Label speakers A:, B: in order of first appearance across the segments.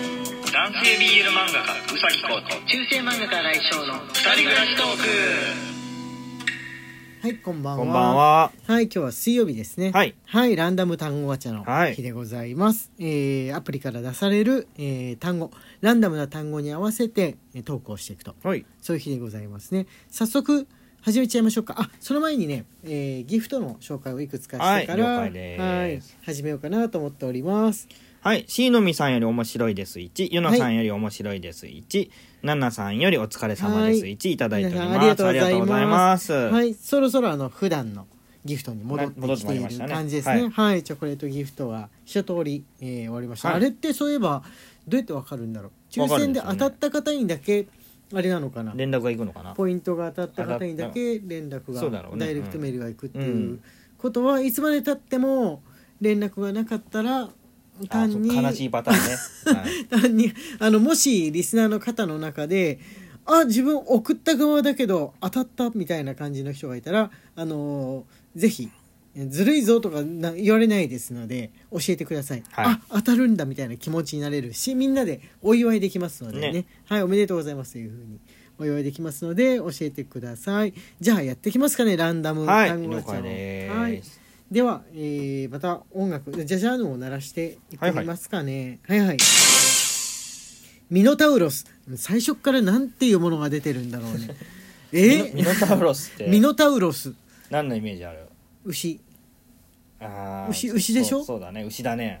A: 男性 BL 漫画家うさぎこと
B: 中世漫画家来翔の
A: 二人暮らしトーク
B: はいこんばんは
C: こんばんは。
B: はい今日は水曜日ですね
C: はい、
B: ランダム単語ガチャの
C: はい
B: 日でございます、えーアプリから出される、えー単語ランダムな単語に合わせてえートークをしていくと
C: はい。
B: そういう日でございますね早速始めちゃいましょうかあその前にね、えーギフトの紹介をいくつかしてから、
C: はい了解です
B: はい始めようかなと思っております
C: はい。しのみさんより面白いです1、ゆのさんより面白いです1、ななさんよりお疲れ様です
B: はい
C: 1、いただいており
B: 皆さんありが
C: ます。
B: とうございます
C: ます。
B: はい、そろそろあの普段のギフトに戻って
C: な戻っ
B: き
C: てま
B: てい
C: いり
B: る
C: ましたね
B: 感じですね。
C: は
B: はいい、チョコレートギフトは一通り、えー終わりました。
C: はい
B: あれってそういえばどうやってわかるんだろう。抽
C: わかる
B: 選
C: んで
B: です
C: よね
B: 当たった方にだけあれなのかな。
C: 連絡が行くのかな
B: ポイントが当たった方にだけ連絡
C: そうだろ
B: が、
C: うね
B: ダイレクトメールが行くっていううんことはいつまでたっても連絡がなかったら
C: あ
B: 単
C: そう
B: に
C: 悲しいパターン ね。はい
B: 単にあのもしリスナーの方の中であ自分送った側だけど当たったみたいな感じの人がいたらあのーぜひずるいぞとかな言われないですので教えてください、
C: はい
B: あ当たるんだみたいな気持ちになれるしみんなでお祝いできますのでね
C: ね
B: はいおめでとうございますというふうにお祝いできますので教えてくださいじゃあやってきますかねランダム
C: はい
B: 単語ガチャを
C: 了解です
B: はいでは、えーまた音楽ジャジャーヌを鳴らしていってみますかねはいはいミノタウロス最初からなんていうものが出てるんだろうねえ
C: ミノミノタウロスって
B: ミノタウロス
C: 何のイメージある
B: 牛
C: あー
B: 牛牛でしょ
C: そうそうだね、牛だね。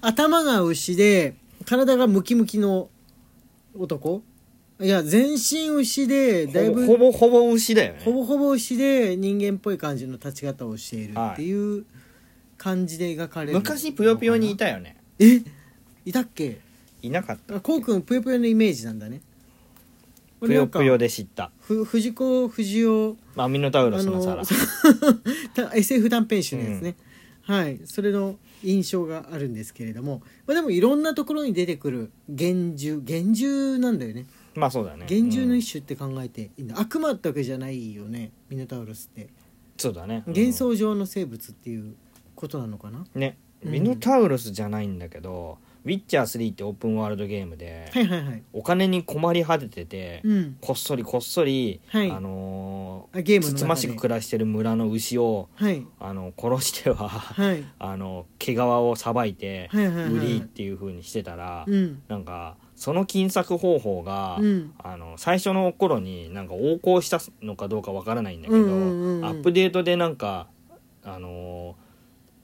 B: 頭が牛で体がムキムキの男いや全身牛でだいぶ
C: ほぼほぼ牛だよね。
B: ほぼほぼ牛で人間っぽい感じの立ち方をしているっていう感じで描かれるのかな、
C: 昔、ぷよぷよにいたよね。
B: えいたっけ
C: いなかった。
B: あこうくんぷよぷよのイメージなんだね
C: ぷよぷよ
B: で
C: で知った。
B: ふ藤子不二雄
C: まあ、ミノタウロスの皿。
B: た SF 短編集のやつね、はいそれの印象があるんですけれども、まあ、でもいろんなところに出てくる幻獣幻獣なんだよね
C: まあ、そうだね。
B: 幻獣の
C: うん
B: 一種って考えていいんだ、悪魔ってわけじゃないよねミノタウロスって
C: そうだね。うん
B: 幻想上の生物っていうことなのかな、
C: ね、
B: うん
C: ミノタウロスじゃないんだけど「ウィッチャー3」ってオープンワールドゲームで、
B: はいはいはい
C: お金に困り果ててて、
B: うん
C: こっそりこっそり、
B: はい
C: あのー
B: あゲームの中
C: つ
B: で
C: つましく暮らしてる村の牛を、
B: はい
C: あの殺しては、
B: はい
C: あの毛皮をさばいて、
B: はいはいはい
C: 売りっていう風にしてたら、
B: うん
C: なんかその金策方法が、
B: うん
C: あの最初の頃になんか横行したのかどうかわからないんだけど、
B: うんうんうんうん
C: アップデートでなんかあのー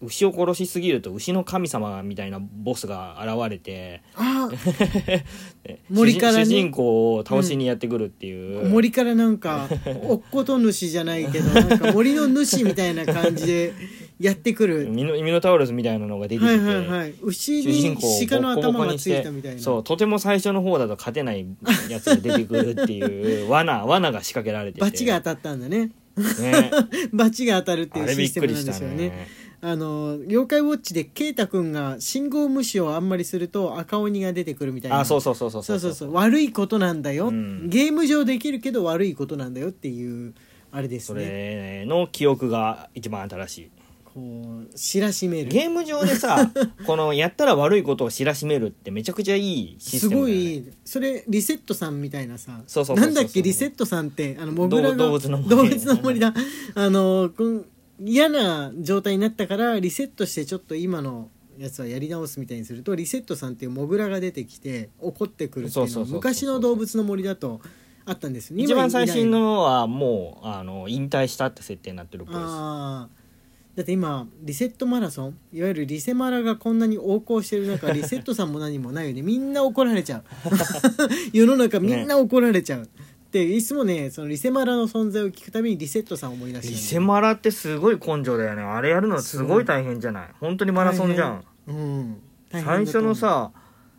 C: 牛を殺しすぎると牛の神様みたいなボスが現れて
B: あー 森
C: 主人
B: からね
C: 主人公を倒しにやってくるっていう、
B: 森からなん かおっこと主じゃないけどなんか森の主みたいな感じでやってくる
C: ミノミノタウロスみたいなのが出てき
B: は
C: て、
B: いはいはい牛
C: 主人
B: に
C: 公を
B: 鹿の
C: ボッコボ
B: 頭
C: コ
B: が
C: に
B: つ
C: し
B: い
C: て
B: たみたいな
C: そうとても最初の方だと勝てないやつが出てくるっていう罠罠が仕掛けられ てて
B: バチが当たったんだね
C: ね
B: バチが当たるってい
C: あ
B: う
C: れ
B: シ
C: びっ
B: ステ
C: く
B: ム
C: り
B: なん
C: し
B: で
C: た
B: すよね
C: ね
B: あの妖怪ウォッチでケイタくんが信号無視をあんまりすると赤鬼が出てくるみたいな
C: あそうそうそうそう
B: そうそうそう悪いことなんだよ、
C: うん
B: ゲーム上できるけど悪いことなんだよっていうあれです
C: そ
B: ね
C: れの記憶が一番新し
B: こう知らしめ
C: い
B: る
C: ゲーム上でさ このやったら悪いことを知らしめるってめちゃくちゃいいシ
B: す
C: ステム
B: ご
C: だよね
B: いそれリセットさんみたいなさ
C: そうそうそ
B: な
C: うそ
B: ん
C: う
B: だっけリセットさんってあのモグラが
C: 動物の森
B: 動物の森だあのこん嫌な状態になったからリセットしてちょっと今のやつはやり直すみたいにするとリセットさんっていうモグラが出てきて怒ってくるっていうの
C: そうそうそう
B: は
C: そう
B: 昔の動物の森だとあったんですよね
C: 一番
B: 今い
C: 最
B: ない
C: 新のはもうあの引退したって設定になってるっぽいです
B: あーだって今リセットマラソンいわゆるリセマラがこんなに横行してる中リセットさんも何もないよねみんな怒られちゃう世の中みんな怒られちゃう、でいつもねそのリセマラの存在を聞くたびにリセットさんを思い出して
C: リセマラってすごい根性だよねあれやるのすごい大変じゃない本当にマラソンじゃん、
B: うん大変だと思
C: 最
B: う
C: 初のさ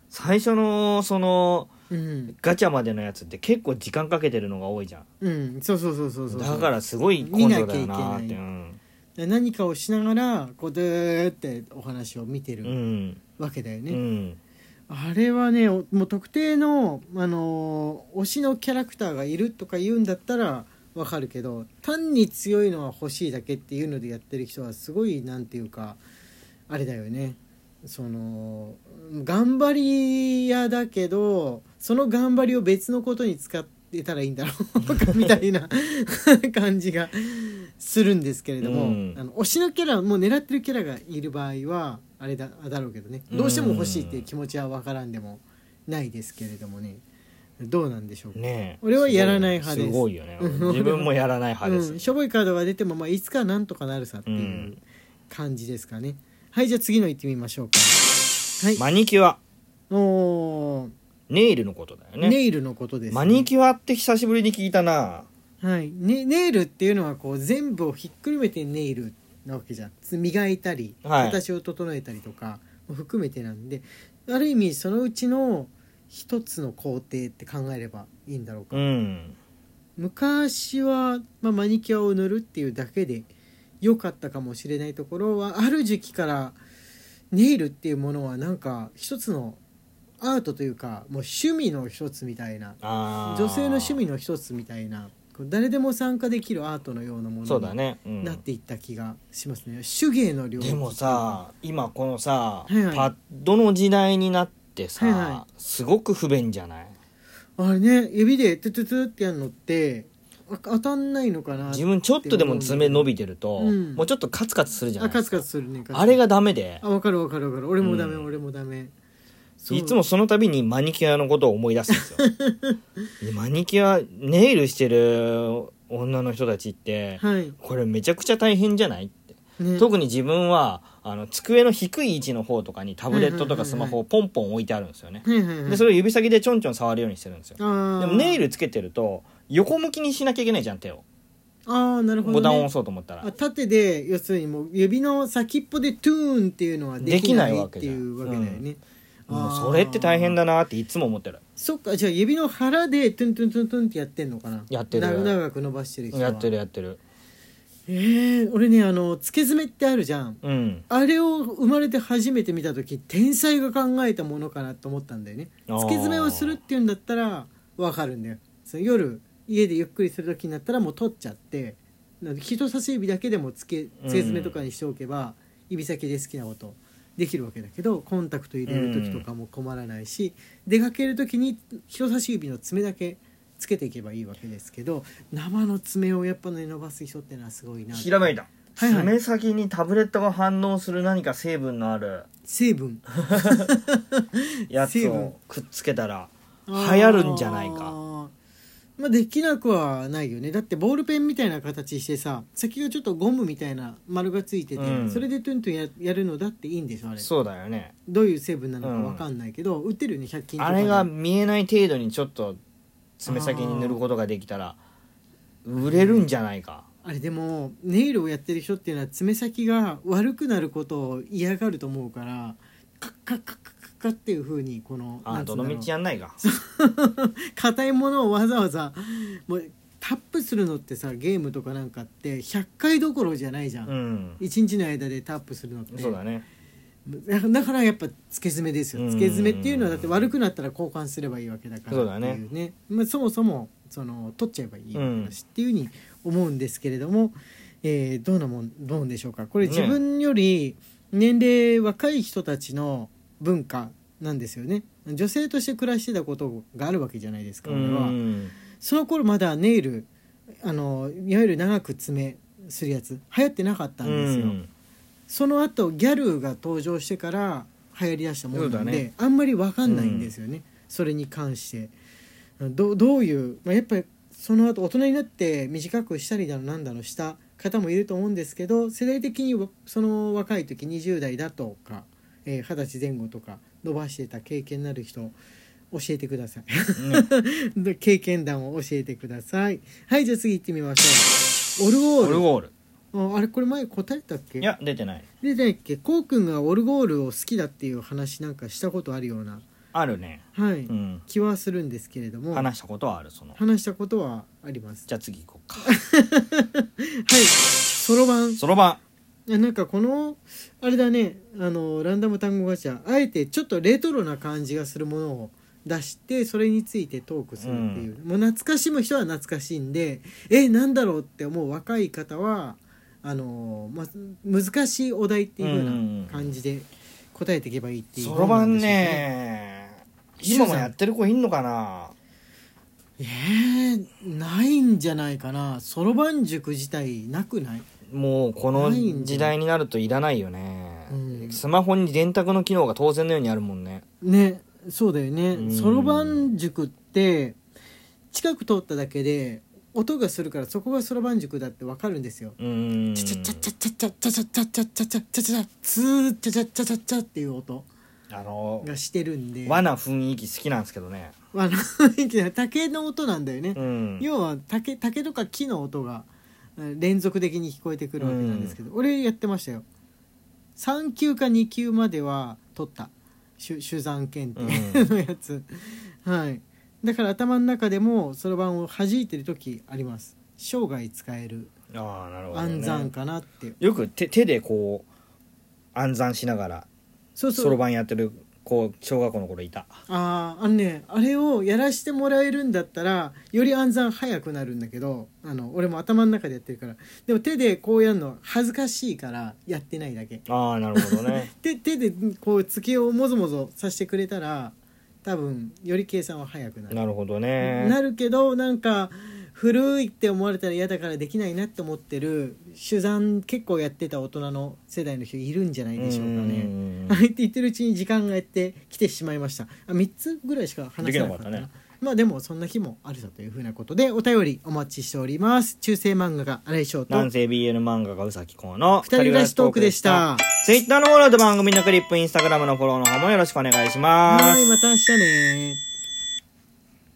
C: 最初のその
B: うん、
C: ガチャまでのやつって結構時間かけてるのが多いじゃん
B: うん、そうそうそうそうそう
C: だからすごい根性だよなーっ
B: 見なきゃいけ
C: て
B: な
C: う
B: い
C: ん、
B: 何かをしながらこうでーってお話を見てる
C: うん
B: わけだよね、
C: うん
B: あれはねおもう特定の、あのー推しのキャラクターがいるとか言うんだったらわかるけど単に強いのは欲しいだけっていうのでやってる人はすごいなんていうかあれだよねその頑張り屋だけどその頑張りを別のことに使ってたらいいんだろう かみたいな 感じがするんですけれども、
C: うん
B: あの推しのキャラもう狙ってるキャラがいる場合はあれだだろうけどねどうしても欲しいっていう気持ちは分からんでもないですけれどもねどうなんでしょうか、
C: ねえ
B: 俺はやらない派です
C: すご いよね
B: うん
C: 自分もやらない派です、
B: うん、しょぼいカードが出ても、まあ、いつかなんとかなるさっていううん感じですかね、はいじゃあ次の行ってみましょうかはい
C: マニキュア
B: おー
C: ネイルのことだよね
B: ネイルのことです、
C: マニキュアって久しぶりに聞いたな
B: はいね、ネイルっていうのはこう全部をひっくるめてネイルなわけじゃんつ磨いたり
C: はい
B: 形を整えたりとかも含めてなんで、ある意味そのうちの一つの工程って考えればいいんだろうか、
C: うん
B: 昔は、まあ、マニキュアを塗るっていうだけで良かったかもしれないところはある時期からネイルっていうものはなんか一つのアートというかもう趣味の一つみたいな
C: あー
B: 女性の趣味の一つみたいなこう誰でも参加できるアートのようなも
C: そ
B: の
C: うだ
B: に
C: ね、うん
B: なっていった気がしますね手芸の領域
C: でもさ今このさ、
B: はいはい
C: パッドの時代になってさ、
B: はいは
C: すごく不便じゃない
B: あれね指でトゥトゥトゥってやるのってあ当たんないのかな
C: 自分ちょっとでも爪伸びてると、
B: うん
C: もうちょっとカツカツするじゃな
B: あ
C: いで
B: カ
C: す
B: ツ
C: か
B: カツするねカツカツ
C: あれがダメで
B: あ分かる分かる分かる俺もダメ、
C: うん
B: 俺もダメそう
C: いつもその度にマニキュアのことを思い出す んですよマニキュアネイルしてる女の人たちって
B: はい、
C: これめちゃくちゃ大変じゃないって
B: ね、
C: 特に自分はあの机の低い位置の方とかにタブレットとかスマホをポンポン置いてあるんですよね
B: はいはいはい
C: でそれを指先でちょんちょん触るようにしてるんですよ
B: あー
C: でもネイルつけてると横向きにしなきゃいけないじゃん手を
B: ああなるほど、ね、
C: ボタンを押そうと思ったら
B: あ縦で要するにもう指の先っぽでトゥーンっていうのはできないっていうわけだよね、
C: もうそれって大変
B: だ
C: だなっていつも思ってる
B: そっかじゃあ指の腹でトゥントゥントゥントゥンってやってんのかな
C: やってる
B: 長長く伸ばしてる人は
C: やってるやってる
B: えー、俺ねあの付け爪ってあるじゃん
C: うん
B: あれを生まれて初めて見た時天才が考えたものかなと思ったんだよね
C: あー
B: 付け爪をするっていうんだったら分かるんだよその夜家でゆっくりする時になったらもう取っちゃってな人差し指だけでも付け付け爪とかにしておけば、指先で好きなことできるわけだけどコンタクト入れる時とかも困らないし、出かける時に人差し指の爪だけつけていけばいいわけですけど生の爪をやっぱね伸ばす人ってのはすごいな
C: ひらめいた
B: はいはい
C: 爪先にタブレットが反応する何か成分のある
B: 成分
C: やつ
B: 成分
C: をくっつけたら流
B: あー
C: 行るんじゃないか
B: まあできなくはないよねだってボールペンみたいな形してさ先がちょっとゴムみたいな丸がついてて、
C: うん
B: それでトゥントゥンややるのだっていいんでしょあれ
C: そうだよね
B: どういう成分なのかわかんないけど、売ってるよね100均と
C: あ
B: かで
C: れが見えない程度にちょっと爪先に塗ることができたら売れるんじゃないか
B: あれでもネイルをやってる人っていうのは爪先が悪くなることを嫌がると思うからカッカッカッカッカッカッっていう風にこの
C: あ
B: な
C: ー
B: んつう
C: ど
B: んだ
C: の
B: ろう
C: 道やんないか
B: 硬いものをわざわざもうタップするのってさゲームとかなんかって100回どころじゃないじゃん
C: うん
B: 一日の間でタップするのって
C: そうだね
B: だ だからやっぱ付け爪です
C: う
B: よ
C: ん
B: 付け爪っていうのはだって悪くなったら交換すればいいわけだから
C: そうだね
B: っていまあ、そもそもその取っちゃえばいい話っていうふうに思うんですけれども、えーどうなもんどうでしょうかこれ
C: ね
B: 自分より年齢若い人たちの文化なんですよね女性として暮らしてたことがあるわけじゃないですか
C: う
B: 俺は。
C: ん
B: その頃まだネイルあのいわゆる長く爪するやつ流行ってなかったんですよ、
C: うん
B: その後ギャルが登場してから流行りだしたものな
C: そ
B: んで、
C: うだね
B: あんまり分かんないんですよね、それに関してどどういう、まあ、やっぱりその後大人になって短くしたりだのなんだのした方もいると思うんですけど世代的にわその若い時20代だとかえー二十、歳前後とか伸ばしてた経験のある人教えてください。で 経験談を教えてくださいはいじゃあ次行ってみましょうオルゴ
C: オ
B: ール
C: ルゴール
B: ああれこれ前答えたっけ
C: いや出てない
B: でだっけこうくんがオルゴールを好きだっていう話なんかしたことあるような
C: あるね
B: はい、
C: うん
B: 気はするんですけれども
C: 話したことはあるその
B: 話したことはあります
C: じゃあ次行こうか
B: はいそろばん
C: そろば
B: あなんかこのあれだねあのランダム単語ガチャあえてちょっとレトロな感じがするものを出してそれについてトークするっていう、もう懐かしむ人は懐かしいんでえなんだろうって思う若い方はあの、まあ、難しいお題っていう風な感じで
C: ん
B: 答えていけばいいっていう
C: そろばんね今もやってる子いんのかな
B: えー、ないんじゃないかなそろばん塾自体なくない
C: もうこの
B: ないんだ
C: 時代になるといらないよね、
B: うん
C: スマホに電卓の機能が当然のようにあるもんね
B: ねそうだよ
C: う
B: ね
C: ん
B: そろばん塾って近く通っただけで音がするからそこがそろばん塾だってわかるんですよ。
C: うん
B: チャチャチャチャチャチャチャチャチャチャチャチャチャチャツーチャチャチャチャチャっていう音
C: あの
B: がしてるんで
C: 和な雰囲気好きなんですけどね
B: あの雰囲気だ竹の音なんだよね
C: う。ん
B: 要は竹竹とか木の音がうん連続的に聞こえてくるわけなんですけど、俺やってましたよ3級か2級までは取った手手山検定のやつ、はいだから頭の中でもそろばんを弾いてる時あります生涯使える
C: ああなるほど、ね、
B: 暗算かなっていう
C: よく手手でこう暗算しながら
B: そうそ
C: そうろばんやってる子小学校の頃いた
B: あーあのねあれをやらしてもらえるんだったらより暗算早くなるんだけどあの俺も頭の中でやってるからでも手でこうやるの恥ずかしいからやってないだけ
C: ああなるほどね
B: 手手でこう月をもぞもぞさせてくれたら多分より計算は早く なる
C: なるほどね
B: なるけどなんか古いって思われたら嫌だからできないなって思ってる手段結構やってた大人の世代の人いるんじゃないでしょうか
C: う
B: ね。
C: ん
B: ああ言って言ってるうちに時間がやってきてしまいましたあ3つぐらいしか話せなかった
C: で
B: な
C: きなかっ
B: まあでもそんな日もあるぞというふうなことでお便りお待ちしております中世漫画家荒井翔と
C: 男性 BL 漫画家うさきこうの
B: 二人暮らしトークでした
C: ツイッターのフォローと番組のクリップインスタグラムのフォローの方もよろしくお願いします
B: はいまた明日ね